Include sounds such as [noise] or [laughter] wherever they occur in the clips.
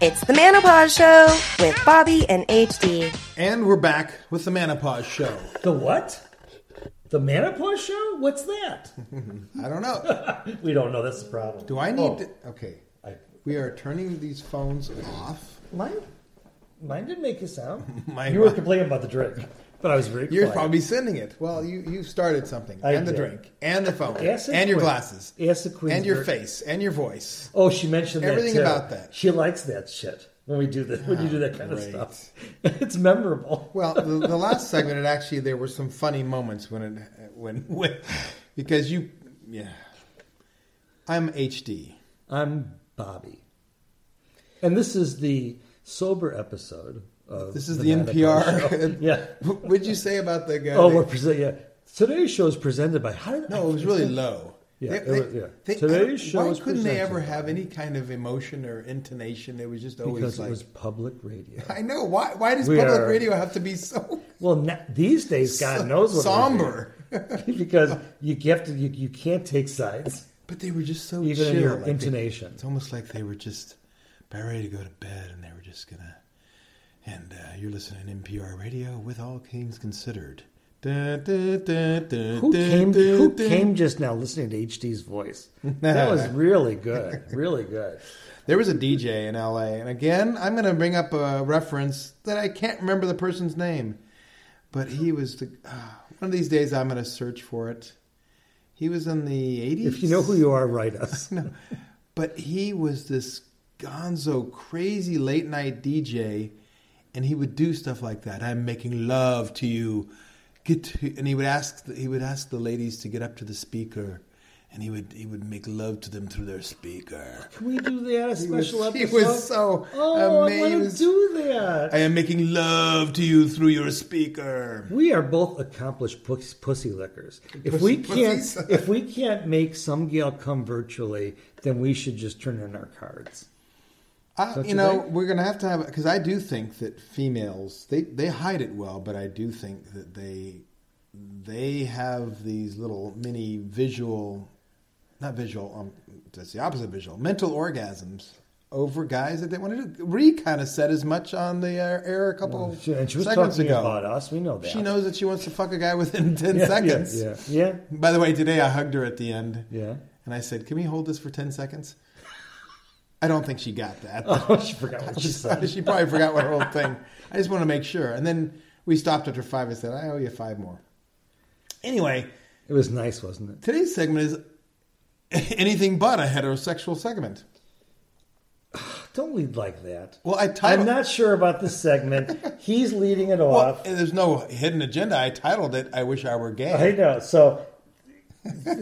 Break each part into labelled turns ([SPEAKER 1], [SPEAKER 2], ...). [SPEAKER 1] It's the Manopause Show with Bobby and HD.
[SPEAKER 2] And we're back with the Manopause Show.
[SPEAKER 3] The what? The Manopause Show? What's that?
[SPEAKER 2] I don't know.
[SPEAKER 3] We don't know. That's the problem.
[SPEAKER 2] Do I need
[SPEAKER 3] Oh.
[SPEAKER 2] to? Okay.
[SPEAKER 3] I,
[SPEAKER 2] We are turning these phones off.
[SPEAKER 3] mine, mine didn't make a sound.
[SPEAKER 2] [laughs] My
[SPEAKER 3] you were complaining about the drink, but I was very
[SPEAKER 2] You're
[SPEAKER 3] quiet.
[SPEAKER 2] probably sending it. Well, you, you started something.
[SPEAKER 3] I
[SPEAKER 2] and the
[SPEAKER 3] did.
[SPEAKER 2] drink. And the phone.
[SPEAKER 3] Acid
[SPEAKER 2] and your
[SPEAKER 3] Queen-
[SPEAKER 2] glasses.
[SPEAKER 3] Acid Queensberry.
[SPEAKER 2] And your face. And your voice.
[SPEAKER 3] Oh, she mentioned that
[SPEAKER 2] Everything
[SPEAKER 3] too.
[SPEAKER 2] about that.
[SPEAKER 3] She likes that shit when we do that. When you do that kind
[SPEAKER 2] great.
[SPEAKER 3] of stuff, [laughs] it's memorable.
[SPEAKER 2] Well, the, the last segment, it actually, there were some funny moments when it, when, when, [laughs] because you, yeah. I'm HD.
[SPEAKER 3] I'm Bobby, and this is the sober episode. Of
[SPEAKER 2] This is the, NPR. [laughs]
[SPEAKER 3] Manopause Show. yeah.
[SPEAKER 2] What'd you say about the guy?
[SPEAKER 3] Oh,
[SPEAKER 2] that-
[SPEAKER 3] we're present. Yeah. Today's show is presented by. How did I-
[SPEAKER 2] No, it was really low.
[SPEAKER 3] Yeah,
[SPEAKER 2] They-
[SPEAKER 3] it
[SPEAKER 2] they-
[SPEAKER 3] was- yeah.
[SPEAKER 2] they-
[SPEAKER 3] Today's
[SPEAKER 2] I don't-
[SPEAKER 3] show
[SPEAKER 2] Why
[SPEAKER 3] was
[SPEAKER 2] couldn't they
[SPEAKER 3] presented
[SPEAKER 2] ever
[SPEAKER 3] by-
[SPEAKER 2] have any kind of emotion or intonation? It was just always
[SPEAKER 3] Because
[SPEAKER 2] like.
[SPEAKER 3] it was public radio.
[SPEAKER 2] I know. Why? Why does
[SPEAKER 3] We
[SPEAKER 2] public
[SPEAKER 3] are-
[SPEAKER 2] radio have to be so
[SPEAKER 3] Well, na these
[SPEAKER 2] [laughs]
[SPEAKER 3] days, God knows what
[SPEAKER 2] somber?
[SPEAKER 3] we're doing. [laughs] because you have to. You, you can't
[SPEAKER 2] [laughs]
[SPEAKER 3] take sides,
[SPEAKER 2] But they were just so
[SPEAKER 3] even
[SPEAKER 2] chill.
[SPEAKER 3] in your
[SPEAKER 2] like they-
[SPEAKER 3] intonation.
[SPEAKER 2] it's almost like they were just about ready to go to bed, and they were just gonna. And uh, you're listening to NPR radio with all things considered. Dun, dun, dun, dun,
[SPEAKER 3] Who
[SPEAKER 2] dun,
[SPEAKER 3] came?
[SPEAKER 2] dun,
[SPEAKER 3] Who
[SPEAKER 2] dun.
[SPEAKER 3] came just now? Listening to HD's voice.
[SPEAKER 2] [laughs]
[SPEAKER 3] That was really good. Really good.
[SPEAKER 2] There was a DJ in LA, and again, I'm going to bring up a reference that I can't remember the person's name, but he was the uh, one of these days I'm going to search for it. He was in the 80s.
[SPEAKER 3] If you know who you are,
[SPEAKER 2] [laughs]
[SPEAKER 3] write us.
[SPEAKER 2] No, but he was this gonzo crazy late night DJ, and he would do stuff like that. I'm making love to you. Get to, and he would ask he would ask the ladies to get up to the speaker, and he would he would make love to them through their speaker.
[SPEAKER 3] Can we do that? A special
[SPEAKER 2] was- he
[SPEAKER 3] episode.
[SPEAKER 2] was so
[SPEAKER 3] Oh,
[SPEAKER 2] ama-
[SPEAKER 3] I
[SPEAKER 2] he
[SPEAKER 3] want to
[SPEAKER 2] was-
[SPEAKER 3] do that.
[SPEAKER 2] I am making love to you through your speaker.
[SPEAKER 3] We are both accomplished puss- pussy lickers. If
[SPEAKER 2] Pussy-
[SPEAKER 3] we can't,
[SPEAKER 2] pussies.
[SPEAKER 3] if we can't make some gal come virtually, then we should just turn in our cards.
[SPEAKER 2] I,
[SPEAKER 3] Don't
[SPEAKER 2] you
[SPEAKER 3] you
[SPEAKER 2] know,
[SPEAKER 3] think?
[SPEAKER 2] we're going to have to have because I do think that females they they hide it well, but I do think that they they have these little mini visual, not visual, um, that's the opposite of visual, mental orgasms over guys that they want to do. Ree kind of said as much on the air, air a couple
[SPEAKER 3] She- and she was
[SPEAKER 2] seconds
[SPEAKER 3] talking
[SPEAKER 2] ago.
[SPEAKER 3] about us. We know that.
[SPEAKER 2] She knows that she wants to fuck a guy within [laughs] ten
[SPEAKER 3] [laughs] Yeah,
[SPEAKER 2] seconds.
[SPEAKER 3] Yeah, yeah,
[SPEAKER 2] By the way, today I hugged her at the end.
[SPEAKER 3] yeah. [laughs]
[SPEAKER 2] And I said, "Can we hold this for ten seconds?" I don't think she got that. [laughs]
[SPEAKER 3] Oh, she forgot what she said.
[SPEAKER 2] she probably forgot what whole thing. I just want to make sure. And then we stopped after five. I said, "I owe you five more." Anyway,
[SPEAKER 3] It was nice, wasn't it?
[SPEAKER 2] today's segment is [laughs] anything but a heterosexual segment.
[SPEAKER 3] Don't lead like that.
[SPEAKER 2] Well, I
[SPEAKER 3] I'm
[SPEAKER 2] titled.
[SPEAKER 3] not sure about this segment. He's leading it
[SPEAKER 2] well,
[SPEAKER 3] off.
[SPEAKER 2] there's no hidden agenda. I titled it "I Wish I Were Gay."
[SPEAKER 3] I know. So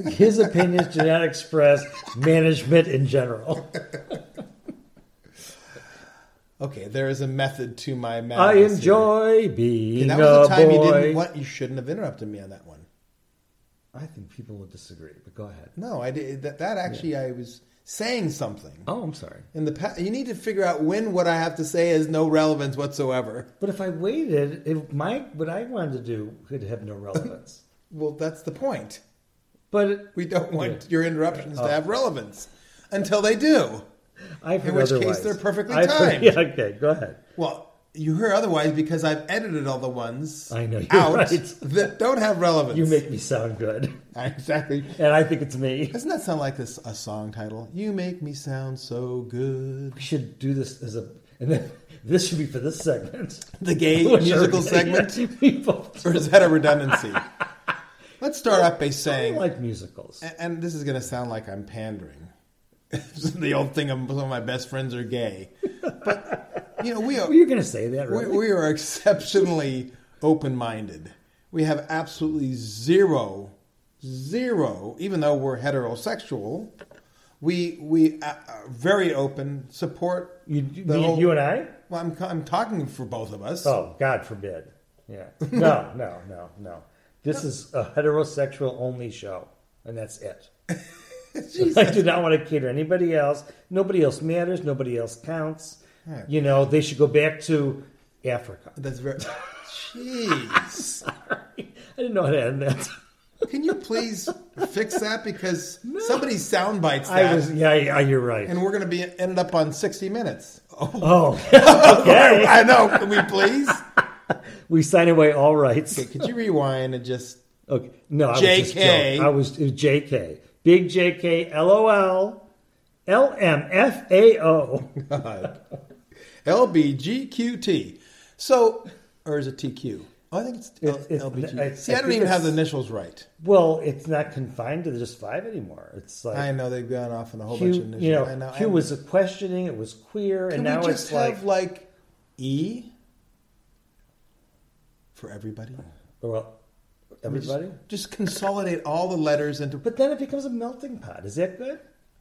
[SPEAKER 3] his opinions do not express management
[SPEAKER 2] [laughs]
[SPEAKER 3] in general.
[SPEAKER 2] Okay, there is a method to my madness.
[SPEAKER 3] I
[SPEAKER 2] here.
[SPEAKER 3] enjoy being
[SPEAKER 2] And that was the
[SPEAKER 3] a
[SPEAKER 2] time
[SPEAKER 3] boy.
[SPEAKER 2] you didn't want. You shouldn't have interrupted me on that one.
[SPEAKER 3] I think people will disagree, but go ahead.
[SPEAKER 2] No, I did that. That actually, I was saying something.
[SPEAKER 3] Oh, I'm sorry.
[SPEAKER 2] In the past, you need to figure out when what I have to say has no relevance whatsoever.
[SPEAKER 3] But if I waited, if my what I wanted to do could have no relevance.
[SPEAKER 2] Well, that's the point.
[SPEAKER 3] but
[SPEAKER 2] We don't want
[SPEAKER 3] Yeah. Uh.
[SPEAKER 2] your interruptions to have relevance until they do.
[SPEAKER 3] I've heard
[SPEAKER 2] In which case,
[SPEAKER 3] otherwise.
[SPEAKER 2] they're perfectly
[SPEAKER 3] I've heard-
[SPEAKER 2] timed.
[SPEAKER 3] [laughs] Yeah, okay, go ahead.
[SPEAKER 2] Well, you hear otherwise because I've edited all the ones
[SPEAKER 3] I know, you're
[SPEAKER 2] out
[SPEAKER 3] right.
[SPEAKER 2] that don't have relevance.
[SPEAKER 3] You make me sound good,
[SPEAKER 2] [laughs] exactly.
[SPEAKER 3] [laughs] and I think it's me.
[SPEAKER 2] Doesn't that sound like this a song title? You make me sound so good.
[SPEAKER 3] We should do this as a, and then [laughs] this should be for this segment.
[SPEAKER 2] The gay
[SPEAKER 3] [laughs] Which
[SPEAKER 2] musical
[SPEAKER 3] [laughs] are-
[SPEAKER 2] segment,
[SPEAKER 3] yeah, people
[SPEAKER 2] or is that a redundancy?
[SPEAKER 3] [laughs]
[SPEAKER 2] Let's start off by saying
[SPEAKER 3] like musicals.
[SPEAKER 2] and, and this is going to sound like I'm pandering. [laughs] It's the old thing of some of my best friends are gay, but you know we are
[SPEAKER 3] Well, You're going to say that,
[SPEAKER 2] we,
[SPEAKER 3] right?
[SPEAKER 2] we are exceptionally open-minded. We have absolutely zero, zero. Even though we're heterosexual, we we uh, are very open. Support
[SPEAKER 3] you, you,
[SPEAKER 2] the
[SPEAKER 3] me-
[SPEAKER 2] whole-
[SPEAKER 3] you and I?
[SPEAKER 2] Well, I'm I'm talking for both of us.
[SPEAKER 3] Oh, God forbid. Yeah. No, [laughs] no, no, no. This is a heterosexual only show, and that's it. [laughs] I do not want to cater anybody else. Nobody else matters. Nobody else counts.
[SPEAKER 2] Yeah.
[SPEAKER 3] You know, they should go back to Africa. [laughs]
[SPEAKER 2] That's very. Jeez.
[SPEAKER 3] I didn't know how to end that.
[SPEAKER 2] Can you please fix that because somebody sound bites that,
[SPEAKER 3] I was, [laughs] yeah, yeah, you're right.
[SPEAKER 2] and we're going to be end up on sixty minutes. Oh,
[SPEAKER 3] oh, [laughs] okay.
[SPEAKER 2] I know. Can we please?
[SPEAKER 3] we sign away all rights.
[SPEAKER 2] Okay, could you rewind and just?
[SPEAKER 3] Okay. No, I was just
[SPEAKER 2] JK.
[SPEAKER 3] joking. I was, it was JK. Big JK, LOL, LMFAO.
[SPEAKER 2] God. LBGQT. So, or is it TQ? Oh, I think it's, L-
[SPEAKER 3] It's- it's-
[SPEAKER 2] LBG.
[SPEAKER 3] it's-
[SPEAKER 2] See, I,
[SPEAKER 3] I
[SPEAKER 2] don't
[SPEAKER 3] think
[SPEAKER 2] even have the
[SPEAKER 3] it's-
[SPEAKER 2] initials right.
[SPEAKER 3] Well, it's not confined to just five anymore. It's like
[SPEAKER 2] I know they've gone off on a whole
[SPEAKER 3] Q,
[SPEAKER 2] bunch of initials.
[SPEAKER 3] you know,
[SPEAKER 2] I know.
[SPEAKER 3] Q
[SPEAKER 2] I'm-
[SPEAKER 3] was questioning, it was queer,
[SPEAKER 2] Can
[SPEAKER 3] and now
[SPEAKER 2] we just
[SPEAKER 3] it's like,
[SPEAKER 2] have like, E for everybody?
[SPEAKER 3] well,
[SPEAKER 2] We just-
[SPEAKER 3] everybody.
[SPEAKER 2] Just, consolidate all the letters into.
[SPEAKER 3] But then it becomes a melting pot. Is that good?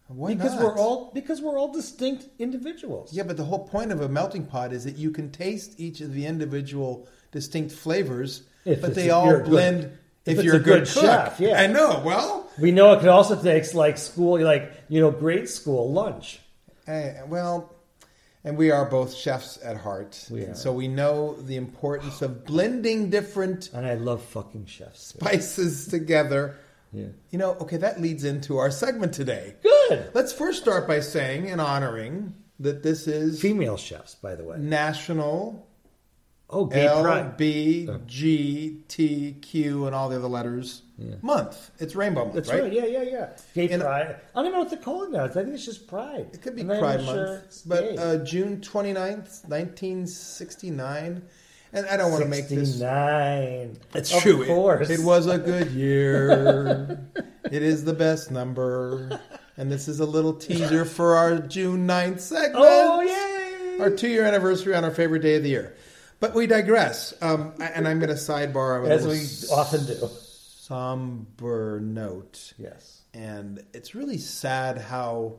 [SPEAKER 2] Why
[SPEAKER 3] because
[SPEAKER 2] not?
[SPEAKER 3] we're all because we're all distinct individuals.
[SPEAKER 2] Yeah, but the whole point of a melting pot is that you can taste each of the individual distinct flavors,
[SPEAKER 3] If
[SPEAKER 2] but
[SPEAKER 3] it's-
[SPEAKER 2] they
[SPEAKER 3] if
[SPEAKER 2] all
[SPEAKER 3] you're a good-
[SPEAKER 2] blend. if,
[SPEAKER 3] if it's
[SPEAKER 2] you're a
[SPEAKER 3] a
[SPEAKER 2] good,
[SPEAKER 3] good
[SPEAKER 2] cook,
[SPEAKER 3] chef, yeah.
[SPEAKER 2] I know. Well,
[SPEAKER 3] We know it could also takes like school, like you know, grade school lunch.
[SPEAKER 2] eh, well, and we are both chefs at heart,
[SPEAKER 3] We
[SPEAKER 2] and
[SPEAKER 3] are.
[SPEAKER 2] so we know the importance of blending different
[SPEAKER 3] And I love fucking chefs.
[SPEAKER 2] spices together.
[SPEAKER 3] Yeah.
[SPEAKER 2] You know, okay, that leads into our segment today.
[SPEAKER 3] Good.
[SPEAKER 2] Let's first start by saying and honoring that this is
[SPEAKER 3] Female chefs, by the way.
[SPEAKER 2] National
[SPEAKER 3] Oh, gay
[SPEAKER 2] L
[SPEAKER 3] pride.
[SPEAKER 2] B G T Q and all the other letters month. It's Rainbow Month,
[SPEAKER 3] That's
[SPEAKER 2] right?
[SPEAKER 3] right. Yeah, yeah, yeah. Gay
[SPEAKER 2] And-
[SPEAKER 3] pride. I don't even know what to call it now. I think it's just pride.
[SPEAKER 2] It could be
[SPEAKER 3] I'm not
[SPEAKER 2] Pride
[SPEAKER 3] even sure
[SPEAKER 2] Month,
[SPEAKER 3] it's
[SPEAKER 2] but
[SPEAKER 3] gay.
[SPEAKER 2] uh, June 29th, 1969. And I don't want to make this
[SPEAKER 3] 69.
[SPEAKER 2] It's
[SPEAKER 3] Of
[SPEAKER 2] true. It-
[SPEAKER 3] course.
[SPEAKER 2] It, was a good
[SPEAKER 3] [laughs]
[SPEAKER 2] year. it is the best number. And this is a little teaser for our June 9th segment.
[SPEAKER 3] Oh yay!
[SPEAKER 2] Our two year anniversary on our favorite day of the year. But we digress. Um, I- and I'm going to sidebar with
[SPEAKER 3] As
[SPEAKER 2] a
[SPEAKER 3] we
[SPEAKER 2] little
[SPEAKER 3] often do.
[SPEAKER 2] somber note.
[SPEAKER 3] Yes.
[SPEAKER 2] And it's really sad how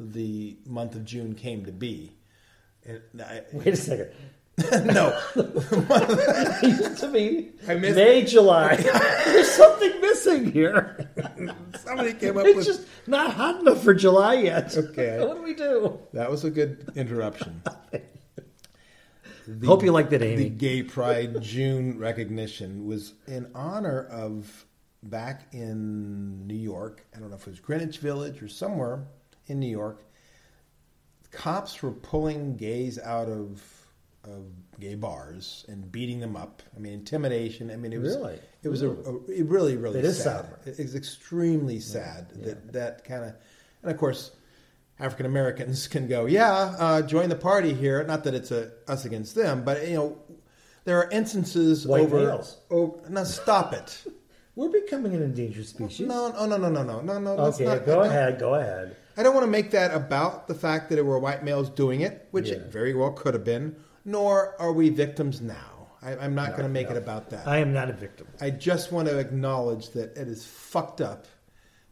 [SPEAKER 2] the month of June came to be. It, I, [laughs]
[SPEAKER 3] Wait a second. [laughs]
[SPEAKER 2] no,
[SPEAKER 3] It used to be
[SPEAKER 2] I missed-
[SPEAKER 3] May, July. There's something missing here.
[SPEAKER 2] somebody came up
[SPEAKER 3] It's
[SPEAKER 2] with
[SPEAKER 3] just not hot enough for July yet.
[SPEAKER 2] Okay.
[SPEAKER 3] [laughs] what do we do?
[SPEAKER 2] that was a good interruption.
[SPEAKER 3] [laughs]
[SPEAKER 2] The-
[SPEAKER 3] Hope you liked it, Amy.
[SPEAKER 2] the Gay Pride June recognition was in honor of back in New York. I don't know if it was Greenwich Village or somewhere in New York. Cops were pulling gays out of of gay bars and beating them up. I mean, intimidation. I mean, it was
[SPEAKER 3] Really?
[SPEAKER 2] it was a, a- it really really
[SPEAKER 3] It is
[SPEAKER 2] sad.
[SPEAKER 3] sour.
[SPEAKER 2] It- It's extremely sad that that kind of and of course. African Americans [laughs] can go, yeah, uh, join the party here. Not that it's a us against them, but you know, there are instances
[SPEAKER 3] White
[SPEAKER 2] over.
[SPEAKER 3] males.
[SPEAKER 2] Oh, now stop
[SPEAKER 3] [laughs]
[SPEAKER 2] it!
[SPEAKER 3] We're becoming an endangered species.
[SPEAKER 2] No, no, no, no, no, no, no, no. that's
[SPEAKER 3] okay,
[SPEAKER 2] not-
[SPEAKER 3] go
[SPEAKER 2] I don't-
[SPEAKER 3] ahead, go ahead.
[SPEAKER 2] I don't want to make that about the fact that it were white males doing it, which it
[SPEAKER 3] Yeah.
[SPEAKER 2] very well could have been. Nor are we victims now. I, I'm not going to make
[SPEAKER 3] no.
[SPEAKER 2] it about that.
[SPEAKER 3] I am not a victim.
[SPEAKER 2] I just want to acknowledge that it is fucked up.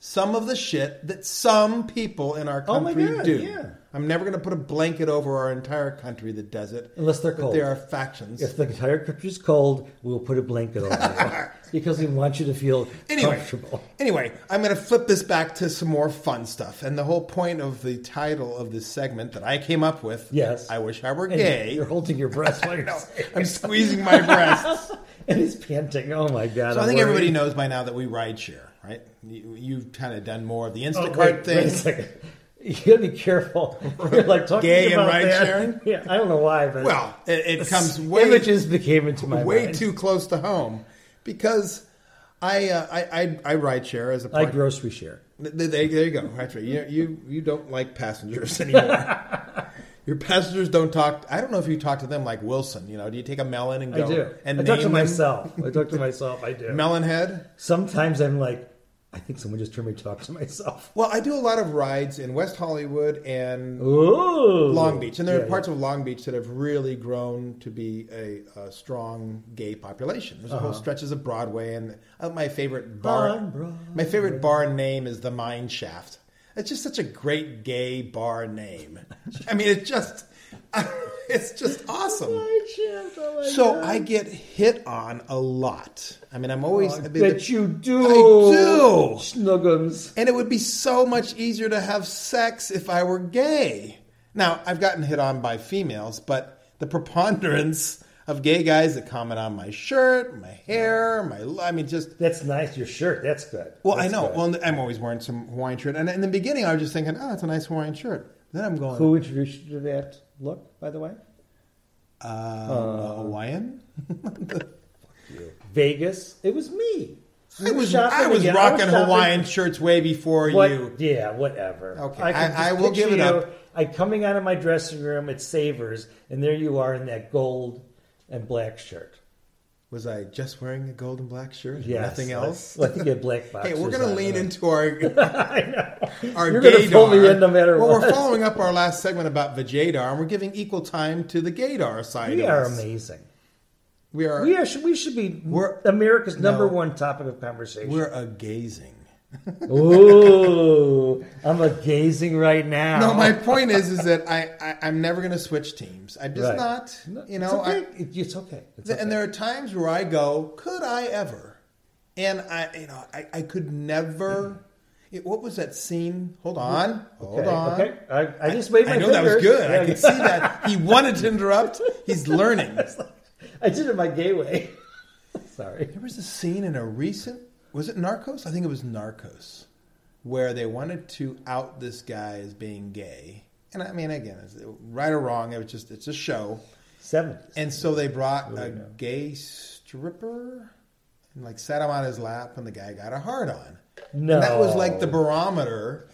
[SPEAKER 2] Some of the shit that some people in our
[SPEAKER 3] Oh my
[SPEAKER 2] country
[SPEAKER 3] God,
[SPEAKER 2] do.
[SPEAKER 3] yeah.
[SPEAKER 2] I'm never going to put a blanket over our entire country that does it.
[SPEAKER 3] Unless they're
[SPEAKER 2] but
[SPEAKER 3] cold.
[SPEAKER 2] there are factions.
[SPEAKER 3] If the entire country's cold, we'll put a blanket over you because we want you to feel
[SPEAKER 2] anyway,
[SPEAKER 3] comfortable.
[SPEAKER 2] anyway, I'm going to flip this back to some more fun stuff. And the whole point of the title of this segment that I came up with.
[SPEAKER 3] Yes.
[SPEAKER 2] I wish I were
[SPEAKER 3] And
[SPEAKER 2] gay.
[SPEAKER 3] [laughs] You're holding your breath while you're saying
[SPEAKER 2] I'm squeezing my breasts.
[SPEAKER 3] [laughs] and he's panting. Oh my god!
[SPEAKER 2] So I
[SPEAKER 3] I'm
[SPEAKER 2] think
[SPEAKER 3] worried.
[SPEAKER 2] everybody knows by now that we ride share, right? You, you've kind of done more of the
[SPEAKER 3] Oh,
[SPEAKER 2] Instacart
[SPEAKER 3] wait,
[SPEAKER 2] thing.
[SPEAKER 3] wait a second. [laughs] You gotta be careful. [laughs] You're like talking
[SPEAKER 2] Gay and
[SPEAKER 3] about
[SPEAKER 2] ride
[SPEAKER 3] that.
[SPEAKER 2] sharing?
[SPEAKER 3] [laughs] Yeah, I don't know why, but
[SPEAKER 2] Well, it, it comes way
[SPEAKER 3] images became into my
[SPEAKER 2] way
[SPEAKER 3] mind.
[SPEAKER 2] too close to home because I uh, I, I I ride share as a
[SPEAKER 3] I
[SPEAKER 2] part.
[SPEAKER 3] grocery share.
[SPEAKER 2] There, there there you go. That's right. You, you you don't like passengers [laughs] anymore. Your passengers don't talk. I don't know if you talk to them like Wilson. You know, do you take a melon and go
[SPEAKER 3] I do.
[SPEAKER 2] and
[SPEAKER 3] I talk to
[SPEAKER 2] name them
[SPEAKER 3] myself. I talk to myself.
[SPEAKER 2] [laughs]
[SPEAKER 3] I do.
[SPEAKER 2] melon head?
[SPEAKER 3] Sometimes I'm like, I think someone just turned me to talk to myself. [laughs]
[SPEAKER 2] Well, I do a lot of rides in West Hollywood and
[SPEAKER 3] Ooh,
[SPEAKER 2] Long Beach, and there
[SPEAKER 3] Yeah,
[SPEAKER 2] are parts of Long Beach that have really grown to be a, a strong gay population. There's a whole stretches of Broadway, and uh, my favorite bar,
[SPEAKER 3] Uh-huh. On Broadway.
[SPEAKER 2] my favorite bar name is the Mine Shaft. It's just such a great gay bar name. I mean, it just, [laughs] it's just awesome.
[SPEAKER 3] Mine shaft, oh my
[SPEAKER 2] So
[SPEAKER 3] God.
[SPEAKER 2] I get hit on a lot. I mean, I'm always. I
[SPEAKER 3] I
[SPEAKER 2] mean,
[SPEAKER 3] bet Oh, you do.
[SPEAKER 2] I do.
[SPEAKER 3] Snuggums.
[SPEAKER 2] and it would be so much easier to have sex if I were gay. Now, I've gotten hit on by females, but the preponderance of gay guys that comment on my shirt, my hair, my I mean, just
[SPEAKER 3] That's nice. Your shirt. That's good.
[SPEAKER 2] well,
[SPEAKER 3] That's
[SPEAKER 2] I know.
[SPEAKER 3] good.
[SPEAKER 2] Well, I'm always wearing some Hawaiian shirt, and in the beginning, I was just thinking, oh, it's a nice Hawaiian shirt. Then I'm going,
[SPEAKER 3] Who introduced you to that look, by the way?
[SPEAKER 2] uh, a Hawaiian.
[SPEAKER 3] Vegas. It was me.
[SPEAKER 2] I
[SPEAKER 3] We were
[SPEAKER 2] was,
[SPEAKER 3] shopping
[SPEAKER 2] I was
[SPEAKER 3] again. I was
[SPEAKER 2] rocking
[SPEAKER 3] shopping-
[SPEAKER 2] Hawaiian shirts way before
[SPEAKER 3] What?
[SPEAKER 2] you.
[SPEAKER 3] Yeah, whatever.
[SPEAKER 2] Okay,
[SPEAKER 3] can
[SPEAKER 2] I-
[SPEAKER 3] just
[SPEAKER 2] I will
[SPEAKER 3] picture
[SPEAKER 2] give it
[SPEAKER 3] you,
[SPEAKER 2] up.
[SPEAKER 3] I coming out of my dressing room at Savers, and there you are in that gold and black shirt.
[SPEAKER 2] Was I just wearing a gold and black shirt? and
[SPEAKER 3] Yes,
[SPEAKER 2] Nothing else?
[SPEAKER 3] Let's, let's get black
[SPEAKER 2] [laughs]
[SPEAKER 3] box.
[SPEAKER 2] Hey, we're going to lean into our
[SPEAKER 3] [laughs] I know.
[SPEAKER 2] [laughs] our
[SPEAKER 3] You're gonna pull me
[SPEAKER 2] gaydar.
[SPEAKER 3] in no matter
[SPEAKER 2] well,
[SPEAKER 3] what.
[SPEAKER 2] we're following up our last segment about Vijadar, and we're giving equal time to the Gaydar side.
[SPEAKER 3] [laughs] We
[SPEAKER 2] of
[SPEAKER 3] are
[SPEAKER 2] us.
[SPEAKER 3] amazing.
[SPEAKER 2] We are.
[SPEAKER 3] We are. should- We should be
[SPEAKER 2] We're-
[SPEAKER 3] America's number
[SPEAKER 2] No.
[SPEAKER 3] one topic of conversation.
[SPEAKER 2] We're a gazing.
[SPEAKER 3] Ooh, I'm a gazing right now.
[SPEAKER 2] [laughs] No, my point is, is that I, I I'm never going to switch teams. I'm just
[SPEAKER 3] Right. No,
[SPEAKER 2] not. You
[SPEAKER 3] it's
[SPEAKER 2] know,
[SPEAKER 3] okay.
[SPEAKER 2] I,
[SPEAKER 3] It- it's okay. It's okay.
[SPEAKER 2] and there are times where I go, could I ever? And I, you know, I, I could never. It, what was that scene? Hold on, hold
[SPEAKER 3] Mm-hmm. okay.
[SPEAKER 2] on.
[SPEAKER 3] Okay. I, I just waved my
[SPEAKER 2] I know that was
[SPEAKER 3] fingers.
[SPEAKER 2] good. I
[SPEAKER 3] Yeah, [laughs]
[SPEAKER 2] could see that he wanted to interrupt. He's learning.
[SPEAKER 3] I did it my gay way. [laughs] Sorry.
[SPEAKER 2] There was a scene in a recent was it Narcos? I think it was Narcos, where they wanted to out this guy as being gay. And I mean, again, it's right or wrong, it was just it's a show.
[SPEAKER 3] 70s.
[SPEAKER 2] And so they brought a
[SPEAKER 3] know.
[SPEAKER 2] gay stripper and like sat him on his lap, and the guy got a hard on.
[SPEAKER 3] no.
[SPEAKER 2] And that was like the barometer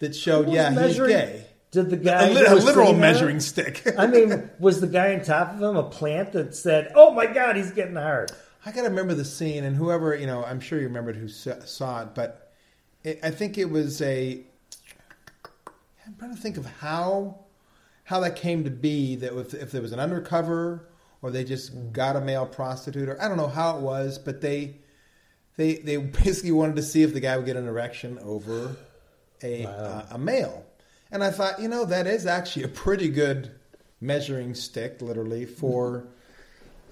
[SPEAKER 2] that showed,
[SPEAKER 3] Oh. Was
[SPEAKER 2] yeah, he's
[SPEAKER 3] measuring-
[SPEAKER 2] gay.
[SPEAKER 3] Did the guy.
[SPEAKER 2] A, lit-
[SPEAKER 3] who
[SPEAKER 2] a
[SPEAKER 3] was
[SPEAKER 2] literal
[SPEAKER 3] sitting there-
[SPEAKER 2] measuring stick.
[SPEAKER 3] I mean, was the guy on top of him a plant that said, oh my God, he's getting hard?
[SPEAKER 2] [laughs] I got to remember the scene, and whoever you know, I'm sure you remembered who sa- saw it, but it, I think it was a. I'm trying to think of how how that came to be. That if, if there was an undercover, or they just got a male prostitute, or I don't know how it was, but they they they basically wanted to see if the guy would get an erection over a uh, a male, and I thought, you know, that is actually a pretty good measuring stick, literally for.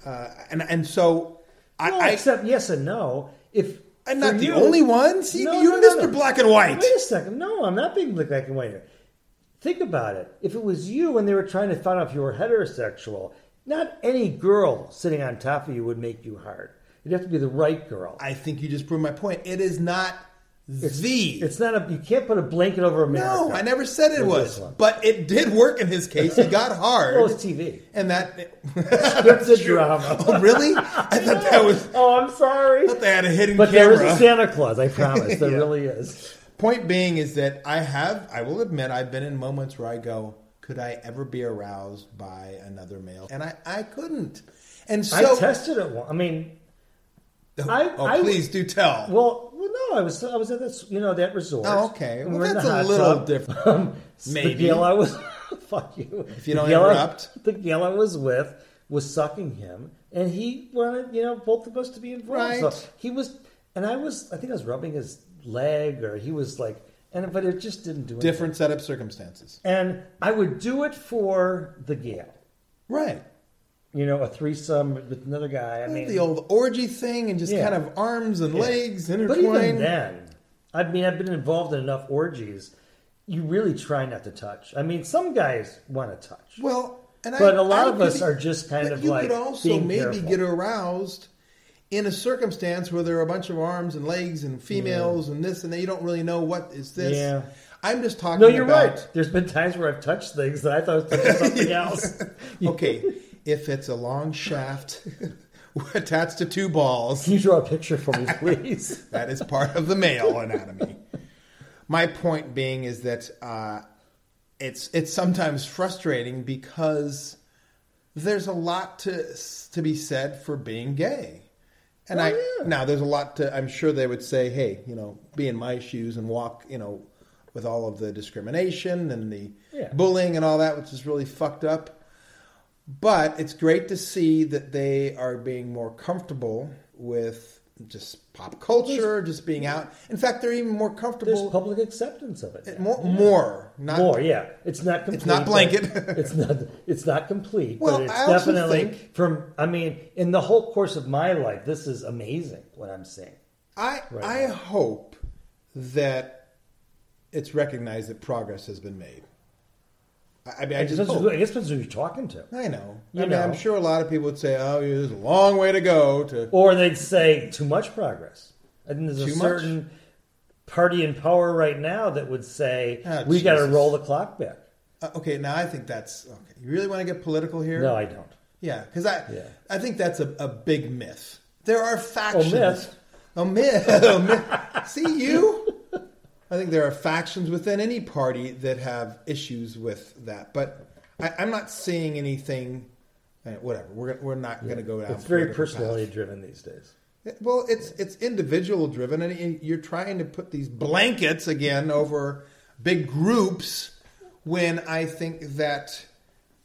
[SPEAKER 2] Uh, and and so I,
[SPEAKER 3] Well,
[SPEAKER 2] I
[SPEAKER 3] except yes and no. If
[SPEAKER 2] I'm
[SPEAKER 3] for
[SPEAKER 2] not the
[SPEAKER 3] you-
[SPEAKER 2] only one. See,
[SPEAKER 3] No,
[SPEAKER 2] you
[SPEAKER 3] no, no,
[SPEAKER 2] Mr.
[SPEAKER 3] no.
[SPEAKER 2] Black and White.
[SPEAKER 3] Wait a second. No, I'm not being black and white here. Think about it. If it was you and they were trying to find out if you were heterosexual, not any girl sitting on top of you would make you hard. It'd have to be the right girl.
[SPEAKER 2] I think you just proved my point. It is not the.
[SPEAKER 3] It's not a. You can't put a blanket over America.
[SPEAKER 2] no, I never said it
[SPEAKER 3] With
[SPEAKER 2] was,
[SPEAKER 3] this one.
[SPEAKER 2] but it did work in his case. He got hard,
[SPEAKER 3] Oh, it's TV.
[SPEAKER 2] and that.
[SPEAKER 3] [laughs] That's a drama.
[SPEAKER 2] [laughs] oh, really? I thought that was.
[SPEAKER 3] Oh, I'm sorry.
[SPEAKER 2] I thought they had a hidden
[SPEAKER 3] But there
[SPEAKER 2] camera.
[SPEAKER 3] is a Santa Claus.
[SPEAKER 2] [laughs]
[SPEAKER 3] I promise. There
[SPEAKER 2] Yeah.
[SPEAKER 3] really is.
[SPEAKER 2] Point being is that I have, I will admit, I've been in moments where I go, could I ever be aroused by another male? And I, I couldn't. And so,
[SPEAKER 3] I tested it. One. I mean,
[SPEAKER 2] oh,
[SPEAKER 3] I-
[SPEAKER 2] oh,
[SPEAKER 3] I-
[SPEAKER 2] please do tell.
[SPEAKER 3] Well, well, no, I was I was at this you know that resort.
[SPEAKER 2] Oh, okay.
[SPEAKER 3] And
[SPEAKER 2] Well,
[SPEAKER 3] in
[SPEAKER 2] that's
[SPEAKER 3] the
[SPEAKER 2] a
[SPEAKER 3] hot
[SPEAKER 2] little
[SPEAKER 3] tub.
[SPEAKER 2] different.
[SPEAKER 3] Um,
[SPEAKER 2] Maybe.
[SPEAKER 3] [laughs] the girl I was [laughs] fuck you. If
[SPEAKER 2] you don't interrupt.
[SPEAKER 3] the girl I was with was sucking him, and he wanted you know both of us to be involved.
[SPEAKER 2] Right.
[SPEAKER 3] So he was, and I was. I think I was rubbing his leg, or he was like, and but it just didn't do anything.
[SPEAKER 2] Different set of circumstances.
[SPEAKER 3] And I would do it for the gal.
[SPEAKER 2] Right.
[SPEAKER 3] You know, a threesome with another guy. I mean,
[SPEAKER 2] the old orgy thing and just
[SPEAKER 3] Yeah.
[SPEAKER 2] kind of arms and legs
[SPEAKER 3] But even
[SPEAKER 2] intertwined.
[SPEAKER 3] then, I mean, I've been involved in enough orgies. You really try not to touch. I mean, some guys want to touch.
[SPEAKER 2] well, and
[SPEAKER 3] But
[SPEAKER 2] a
[SPEAKER 3] a lot of us are just kind of
[SPEAKER 2] you
[SPEAKER 3] like
[SPEAKER 2] could also
[SPEAKER 3] being
[SPEAKER 2] maybe
[SPEAKER 3] careful.
[SPEAKER 2] get aroused in a circumstance where there are a bunch of arms and legs and females and this and that. You don't really know what is this.
[SPEAKER 3] Yeah.
[SPEAKER 2] I'm just talking.
[SPEAKER 3] no, you're
[SPEAKER 2] about-
[SPEAKER 3] right. There's been times where I've touched things that I thought I was touching
[SPEAKER 2] [laughs]
[SPEAKER 3] something else.
[SPEAKER 2] Okay, if it's a long shaft [laughs] attached to two balls,
[SPEAKER 3] Can you draw a picture for me,
[SPEAKER 2] [laughs]
[SPEAKER 3] please?
[SPEAKER 2] that is part of the male anatomy. My point being is that uh, it's it's sometimes frustrating because there's a lot to to be said for being gay, and I
[SPEAKER 3] Oh, yeah.
[SPEAKER 2] now there's a lot to I'm sure they would say, hey, you know, be in my shoes and walk, you know, with all of the discrimination and the
[SPEAKER 3] Yeah.
[SPEAKER 2] bullying and all that, which is really fucked up. But it's great to see that they are being more comfortable with just pop culture, just being out. In fact, they're even more
[SPEAKER 3] There's
[SPEAKER 2] comfortable.
[SPEAKER 3] public acceptance of it. now.
[SPEAKER 2] more, more, not
[SPEAKER 3] More, yeah. It's not complete.
[SPEAKER 2] not
[SPEAKER 3] but-
[SPEAKER 2] blanket. [laughs]
[SPEAKER 3] it's not. It's not complete.
[SPEAKER 2] Well,
[SPEAKER 3] but it's
[SPEAKER 2] I also
[SPEAKER 3] definitely
[SPEAKER 2] think-
[SPEAKER 3] from. I mean, in the whole course of my life, this is amazing. What I'm seeing.
[SPEAKER 2] I
[SPEAKER 3] Right.
[SPEAKER 2] I hope that it's recognized that progress has been made. I, I mean, I
[SPEAKER 3] It
[SPEAKER 2] just
[SPEAKER 3] depends who-
[SPEAKER 2] hope.
[SPEAKER 3] I guess depends who you're talking to.
[SPEAKER 2] I know.
[SPEAKER 3] You
[SPEAKER 2] I mean,
[SPEAKER 3] know.
[SPEAKER 2] I'm sure a lot of people would say, "Oh, yeah, there's a long way to go." To
[SPEAKER 3] Or they'd say too much progress. And there's a
[SPEAKER 2] Too much?
[SPEAKER 3] certain party in power right now that would say
[SPEAKER 2] Ah,
[SPEAKER 3] we got to
[SPEAKER 2] Jesus.
[SPEAKER 3] roll the clock back.
[SPEAKER 2] Uh, okay, now I think that's okay. You really want to get political here?
[SPEAKER 3] No, I don't.
[SPEAKER 2] Yeah, because I
[SPEAKER 3] Yeah. Oh,
[SPEAKER 2] I think that's a, a big myth. There are factions.
[SPEAKER 3] myth.
[SPEAKER 2] A myth. [laughs] A myth. See you. I think there are factions within any party that have issues with that, but I, I'm not seeing anything. eh, Whatever. We're gonna- we're not going to go down.
[SPEAKER 3] It's very
[SPEAKER 2] political
[SPEAKER 3] personality driven these days.
[SPEAKER 2] path. Well, it's it's individual driven, and you- you're trying to put these blankets again over big groups. When I think that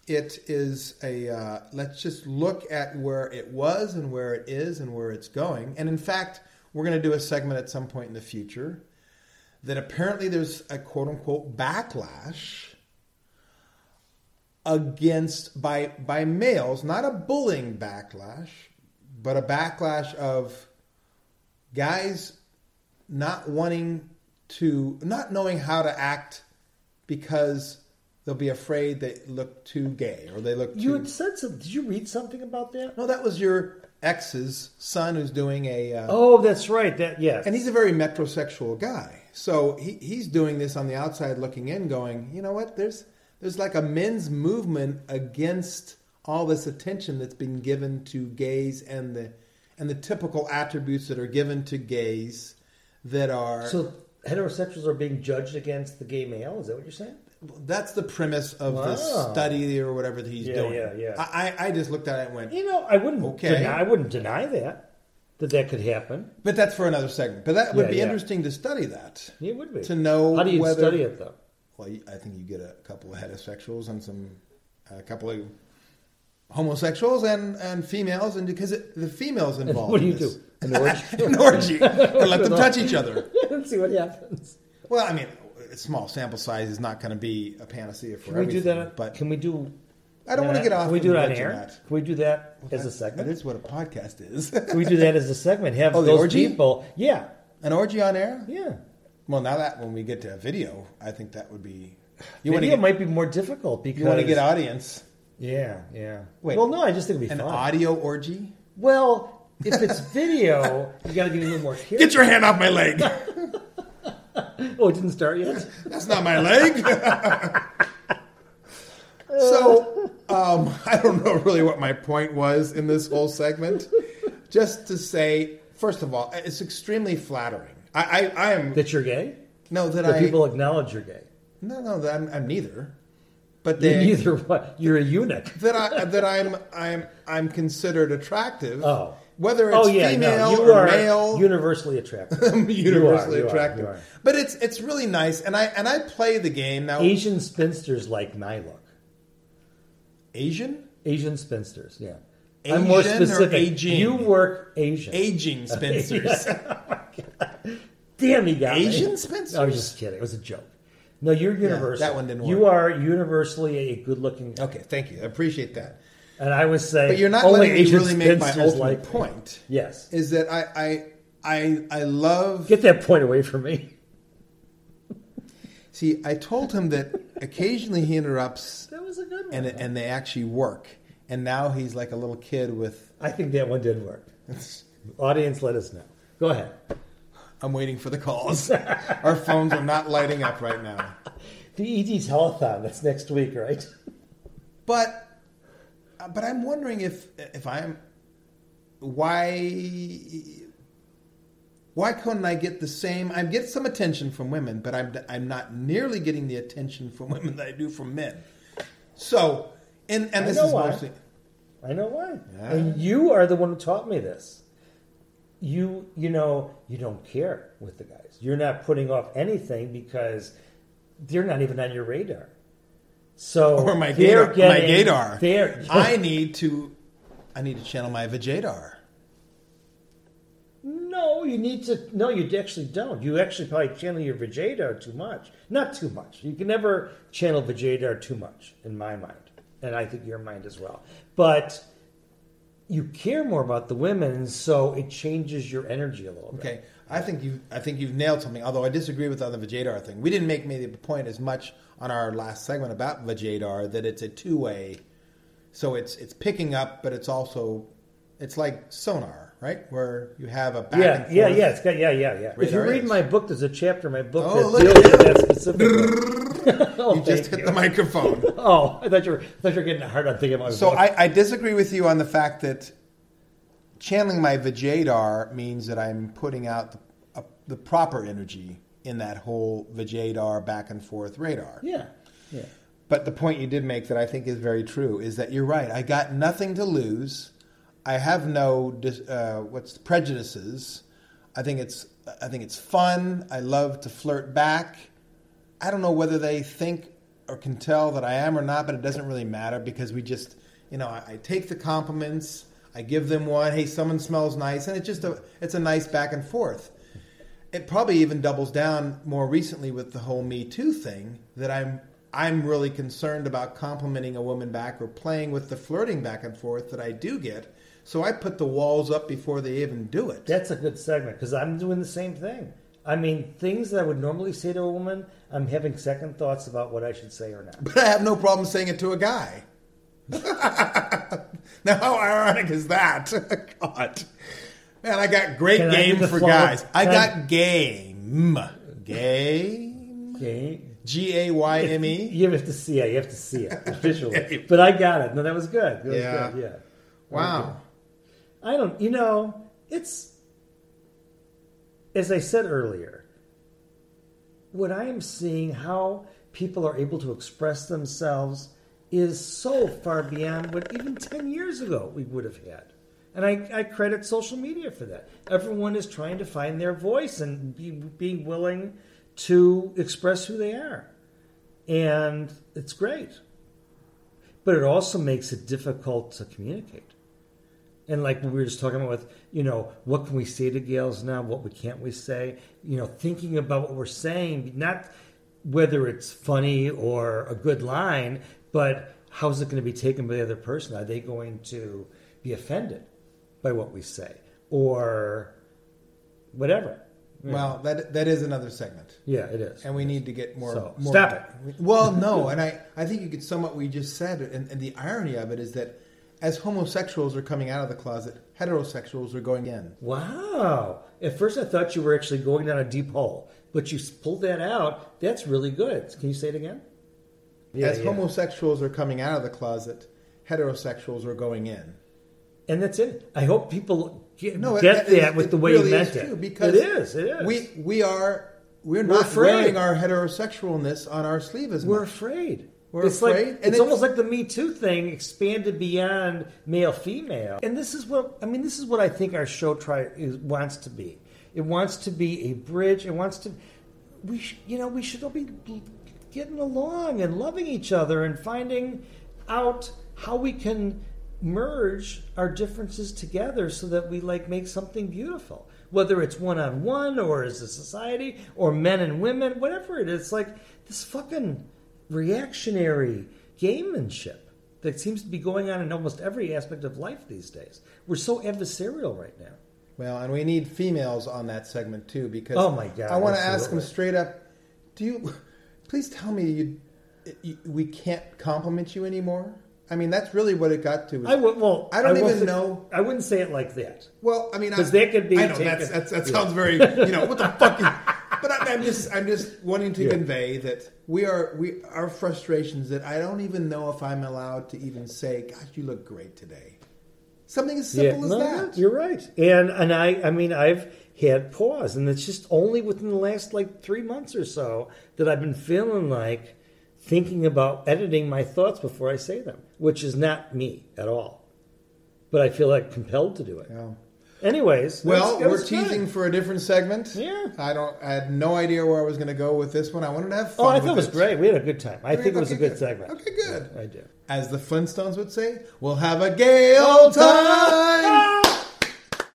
[SPEAKER 2] it is a uh, let's just look at where it was and where it is and where it's going. And in fact, we're going to do a segment at some point in the future that apparently there's a quote unquote backlash against by by males, not a bullying backlash, but a backlash of guys not wanting to not knowing how to act because they'll be afraid they look too gay or they look
[SPEAKER 3] You
[SPEAKER 2] too
[SPEAKER 3] had said something. Did you read something about that?
[SPEAKER 2] no that was your ex's son who's doing a uh,
[SPEAKER 3] Oh, that's right. That yeah.
[SPEAKER 2] and he's a very metrosexual guy. So he, he's doing this on the outside looking in, going, you know what? There's there's like a men's movement against all this attention that's been given to gays and the and the typical attributes that are given to gays that are
[SPEAKER 3] so heterosexuals are being judged against the gay male. Is that what you're saying?
[SPEAKER 2] that's the premise of this
[SPEAKER 3] Wow.
[SPEAKER 2] study or whatever that he's
[SPEAKER 3] Yeah,
[SPEAKER 2] doing.
[SPEAKER 3] yeah, yeah.
[SPEAKER 2] I, I- I just looked at it and went,
[SPEAKER 3] You know, I wouldn't.
[SPEAKER 2] Okay.
[SPEAKER 3] Deny, I wouldn't deny that that that could happen.
[SPEAKER 2] but that's for another segment. But that would
[SPEAKER 3] Yeah,
[SPEAKER 2] be
[SPEAKER 3] yeah.
[SPEAKER 2] interesting to study that.
[SPEAKER 3] It would be
[SPEAKER 2] To know
[SPEAKER 3] how do you
[SPEAKER 2] whether-
[SPEAKER 3] study it though?
[SPEAKER 2] Well, you- I think you get a couple of heterosexuals and some, a couple of homosexuals and, and females, and because it, the females involved.
[SPEAKER 3] [laughs] What do you
[SPEAKER 2] in this. [laughs]
[SPEAKER 3] do? [laughs] An orgy?
[SPEAKER 2] An orgy. or let
[SPEAKER 3] [laughs]
[SPEAKER 2] them touch each other.
[SPEAKER 3] and [laughs] see what happens.
[SPEAKER 2] Well, I mean, a small sample size is not going to be a panacea for
[SPEAKER 3] Can we do
[SPEAKER 2] everything,
[SPEAKER 3] that?
[SPEAKER 2] But
[SPEAKER 3] can we do?
[SPEAKER 2] I don't want to
[SPEAKER 3] that-
[SPEAKER 2] get off.
[SPEAKER 3] Can we
[SPEAKER 2] on
[SPEAKER 3] do it
[SPEAKER 2] the
[SPEAKER 3] on
[SPEAKER 2] edge of
[SPEAKER 3] air?
[SPEAKER 2] that.
[SPEAKER 3] Can we do that as a
[SPEAKER 2] That
[SPEAKER 3] segment?
[SPEAKER 2] is what a podcast is. [laughs]
[SPEAKER 3] Can we do that as a segment? Have
[SPEAKER 2] Oh, the
[SPEAKER 3] those
[SPEAKER 2] orgy?
[SPEAKER 3] people? Yeah,
[SPEAKER 2] An orgy on air?
[SPEAKER 3] yeah.
[SPEAKER 2] Well, now that when we get to video, I think that would be. You
[SPEAKER 3] Video
[SPEAKER 2] want to get
[SPEAKER 3] might be more difficult because
[SPEAKER 2] you want to get audience
[SPEAKER 3] Yeah, yeah.
[SPEAKER 2] Wait.
[SPEAKER 3] well, no, I just think it'd be
[SPEAKER 2] an
[SPEAKER 3] fun.
[SPEAKER 2] audio orgy.
[SPEAKER 3] well, if it's [laughs] video, you got to give it a little more care.
[SPEAKER 2] Get your hand off my leg. [laughs]
[SPEAKER 3] oh, it didn't start yet.
[SPEAKER 2] That's not my leg. [laughs] so um, I don't know really what my point was in this whole segment. Just to say, first of all, it's extremely flattering. I, I, I am
[SPEAKER 3] that you're gay.
[SPEAKER 2] no that
[SPEAKER 3] That
[SPEAKER 2] I
[SPEAKER 3] people acknowledge you're gay.
[SPEAKER 2] no no that I'm, I'm neither, but
[SPEAKER 3] You're
[SPEAKER 2] they,
[SPEAKER 3] neither what you're a eunuch.
[SPEAKER 2] that I that I'm I'm I'm considered attractive.
[SPEAKER 3] Oh.
[SPEAKER 2] whether it's
[SPEAKER 3] oh yeah,
[SPEAKER 2] female
[SPEAKER 3] no, you
[SPEAKER 2] or
[SPEAKER 3] are
[SPEAKER 2] male, [laughs]
[SPEAKER 3] universally attractive.
[SPEAKER 2] universally
[SPEAKER 3] you are,
[SPEAKER 2] attractive.
[SPEAKER 3] you are.
[SPEAKER 2] But it's it's really nice, and I and I play the game now.
[SPEAKER 3] Asian spinsters like my look.
[SPEAKER 2] Asian.
[SPEAKER 3] Asian spinsters. Yeah. I'm more
[SPEAKER 2] Asian or
[SPEAKER 3] specific.
[SPEAKER 2] aging?
[SPEAKER 3] You work Asian. [laughs]
[SPEAKER 2] aging Spencers.
[SPEAKER 3] Damn, he got me.
[SPEAKER 2] Asian spinsters?
[SPEAKER 3] I was just kidding. It was a joke. No, you're universal.
[SPEAKER 2] that one didn't
[SPEAKER 3] You
[SPEAKER 2] work.
[SPEAKER 3] are universally a good-looking,
[SPEAKER 2] okay, thank you. I appreciate that.
[SPEAKER 3] and I was saying,
[SPEAKER 2] But you're not
[SPEAKER 3] only
[SPEAKER 2] letting me
[SPEAKER 3] Asian
[SPEAKER 2] really make my
[SPEAKER 3] spinsters
[SPEAKER 2] ultimate
[SPEAKER 3] like me.
[SPEAKER 2] point.
[SPEAKER 3] Yes,
[SPEAKER 2] Is that I I I I love
[SPEAKER 3] get that point away
[SPEAKER 2] [laughs]
[SPEAKER 3] from me.
[SPEAKER 2] See, I told him that occasionally he interrupts
[SPEAKER 3] That was a good one.
[SPEAKER 2] and and they actually work. And now he's like a little kid with
[SPEAKER 3] I think that one did
[SPEAKER 2] [laughs]
[SPEAKER 3] work. Audience, let us know. Go ahead.
[SPEAKER 2] I'm waiting for the
[SPEAKER 3] [laughs]
[SPEAKER 2] calls. Our phones are not lighting up right now.
[SPEAKER 3] The ED telethon. E That's next week, right?
[SPEAKER 2] But uh, but I'm wondering if if I'm why why couldn't I get the same? I get some attention from women, but I'm I'm not nearly getting the attention from women that I do from men. So and and
[SPEAKER 3] I
[SPEAKER 2] this
[SPEAKER 3] know
[SPEAKER 2] is
[SPEAKER 3] why.
[SPEAKER 2] mostly
[SPEAKER 3] I know why.
[SPEAKER 2] Yeah.
[SPEAKER 3] And you are the one who taught me this. You you know you don't care with the guys. You're not putting off anything because they're not even on your radar. So
[SPEAKER 2] [laughs] or my
[SPEAKER 3] they're
[SPEAKER 2] gaydar. my
[SPEAKER 3] getting-
[SPEAKER 2] gaydar.
[SPEAKER 3] They're
[SPEAKER 2] I need to I need to channel my vajadar.
[SPEAKER 3] no. You need to no. You actually don't. You actually probably channel your Vijadar too much. Not too much. You can never channel Vijadar too much in my mind, and I think your mind as well. But you care more about the women, so it changes your energy a little bit.
[SPEAKER 2] Okay, I think you I think you've nailed something. Although I disagree with the other Vajadar thing. We didn't make maybe the point as much on our last segment about Vajadar that it's a two way, so it's it's picking up, but it's also it's like sonar, right? Where you have a back
[SPEAKER 3] Yeah,
[SPEAKER 2] and
[SPEAKER 3] yeah,
[SPEAKER 2] forth.
[SPEAKER 3] yeah, it's got, yeah, yeah, yeah. If you
[SPEAKER 2] Radar
[SPEAKER 3] read
[SPEAKER 2] is.
[SPEAKER 3] my book, there's a chapter in my book
[SPEAKER 2] Oh,
[SPEAKER 3] that
[SPEAKER 2] look
[SPEAKER 3] deals with that specifically. [laughs]
[SPEAKER 2] [laughs]
[SPEAKER 3] oh,
[SPEAKER 2] You just
[SPEAKER 3] thank
[SPEAKER 2] hit
[SPEAKER 3] you.
[SPEAKER 2] the microphone.
[SPEAKER 3] [laughs] Oh, I thought you were, I thought you were getting hard on thinking about my
[SPEAKER 2] So
[SPEAKER 3] book.
[SPEAKER 2] I, I disagree with you on the fact that channeling my Vijayadar means that I'm putting out the, uh, the proper energy in that whole Vijayadar back and forth radar.
[SPEAKER 3] yeah, yeah.
[SPEAKER 2] But the point you did make that I think is very true is that you're right. I got nothing to lose. I have no dis- uh, what's prejudices. I think it's I think it's fun. I love to flirt back. I don't know whether they think or can tell that I am or not, but it doesn't really matter because we just you know I, I take the compliments. I give them one. Hey, someone smells nice, and it's just a it's a nice back and forth it probably even doubles down more recently with the whole Me Too thing that I'm I'm really concerned about complimenting a woman back or playing with the flirting back and forth that I do get. So I put the walls up before they even do it.
[SPEAKER 3] That's a good segment because I'm doing the same thing. I mean, things that I would normally say to a woman, I'm having second thoughts about what I should say or not.
[SPEAKER 2] But I have no problem saying it to a guy. [laughs] now how ironic is that? [laughs] God. Man, I got great
[SPEAKER 3] Can I
[SPEAKER 2] game
[SPEAKER 3] do the
[SPEAKER 2] for
[SPEAKER 3] flow?
[SPEAKER 2] guys. I
[SPEAKER 3] Can I-
[SPEAKER 2] got game. Game.
[SPEAKER 3] Okay.
[SPEAKER 2] G A Y M E.
[SPEAKER 3] You have to see it. You have to see
[SPEAKER 2] [laughs]
[SPEAKER 3] it visually. But I got it. No, that was good. That was
[SPEAKER 2] Yeah.
[SPEAKER 3] good. Yeah.
[SPEAKER 2] Wow.
[SPEAKER 3] I don't. You know, it's as I said earlier. What I am seeing, how people are able to express themselves, is so far beyond what even ten years ago we would have had. And I, I credit social media for that. Everyone is trying to find their voice and be, be willing to express who they are. And it's great. But it also makes it difficult to communicate. And like we were just talking about with, you know, what can we say to gals now? What we can't we say? You know, thinking about what we're saying, not whether it's funny or a good line, but how's it going to be taken by the other person? Are they going to be offended by what we say or whatever?
[SPEAKER 2] Well, that that is another segment.
[SPEAKER 3] Yeah, it is.
[SPEAKER 2] and we need to get more.
[SPEAKER 3] So,
[SPEAKER 2] more
[SPEAKER 3] stop
[SPEAKER 2] Well, no, and I, I think you could sum what we just said, and, and the irony of it is that as homosexuals are coming out of the closet, heterosexuals are going in.
[SPEAKER 3] Wow. At first, I thought you were actually going down a deep hole, but you s- pulled that out. That's really good. Can you say it again?
[SPEAKER 2] as homosexuals are coming out of the closet, heterosexuals are going in.
[SPEAKER 3] And that's it. I hope people get,
[SPEAKER 2] No, it-
[SPEAKER 3] get
[SPEAKER 2] it-
[SPEAKER 3] that
[SPEAKER 2] it-
[SPEAKER 3] with
[SPEAKER 2] it
[SPEAKER 3] the way
[SPEAKER 2] really
[SPEAKER 3] you meant
[SPEAKER 2] is true,
[SPEAKER 3] it.
[SPEAKER 2] because
[SPEAKER 3] it is. It is.
[SPEAKER 2] We we are we're
[SPEAKER 3] We're
[SPEAKER 2] not
[SPEAKER 3] afraid.
[SPEAKER 2] wearing our heterosexualness on our sleeve as
[SPEAKER 3] We're
[SPEAKER 2] much.
[SPEAKER 3] afraid.
[SPEAKER 2] We're
[SPEAKER 3] it's
[SPEAKER 2] afraid,
[SPEAKER 3] Like,
[SPEAKER 2] and
[SPEAKER 3] it's,
[SPEAKER 2] it's-
[SPEAKER 3] almost like the Me Too thing expanded beyond male female. And this is what I mean. This is what I think our show try is, wants to be. It wants to be a bridge. It wants to. We sh- you know we should all be getting along and loving each other and finding out how we can merge our differences together so that we like make something beautiful whether it's one on one or as a society or men and women whatever it is like this fucking reactionary gamemanship that seems to be going on in almost every aspect of life these days we're so adversarial right now
[SPEAKER 2] Well, and we need females on that segment too because
[SPEAKER 3] Oh, my God,
[SPEAKER 2] I want to ask them
[SPEAKER 3] absolutely.
[SPEAKER 2] straight up. Do you? [laughs] Please tell me you, you. We can't compliment you anymore. I mean, that's really what it got to.
[SPEAKER 3] i would well
[SPEAKER 2] I don't
[SPEAKER 3] won't
[SPEAKER 2] even
[SPEAKER 3] say-
[SPEAKER 2] know.
[SPEAKER 3] i wouldn't say it like that
[SPEAKER 2] Well, I mean,
[SPEAKER 3] 'Cause
[SPEAKER 2] I-
[SPEAKER 3] they could be
[SPEAKER 2] I know
[SPEAKER 3] taken-
[SPEAKER 2] that's, that's, that
[SPEAKER 3] Yeah.
[SPEAKER 2] sounds very. You know what the fuck
[SPEAKER 3] [laughs]
[SPEAKER 2] is. But I, I'm just, I'm just wanting to convey that we are, we our frustrations that I don't even know if I'm allowed to even say, "God, you look great today." Something as simple as
[SPEAKER 3] no,
[SPEAKER 2] that.
[SPEAKER 3] You're right. And and I I mean I've had pause and it's just only within the last like 3 months or so that I've been feeling like thinking about editing my thoughts before I say them, which is not me at all. But I feel like compelled to do it.
[SPEAKER 2] Yeah.
[SPEAKER 3] Anyways,
[SPEAKER 2] Well,
[SPEAKER 3] that's-
[SPEAKER 2] we're
[SPEAKER 3] that's good.
[SPEAKER 2] teasing for a different segment.
[SPEAKER 3] Yeah.
[SPEAKER 2] I don't. I had no idea where I was going to go with this one. I wanted to have fun.
[SPEAKER 3] Oh, I
[SPEAKER 2] with
[SPEAKER 3] thought it was great. We had a good time. I
[SPEAKER 2] Great,
[SPEAKER 3] think it was a
[SPEAKER 2] okay,
[SPEAKER 3] good,
[SPEAKER 2] good.
[SPEAKER 3] segment.
[SPEAKER 2] Okay, good.
[SPEAKER 3] Yeah, I did.
[SPEAKER 2] As the Flintstones would say, "We'll have a gay old time."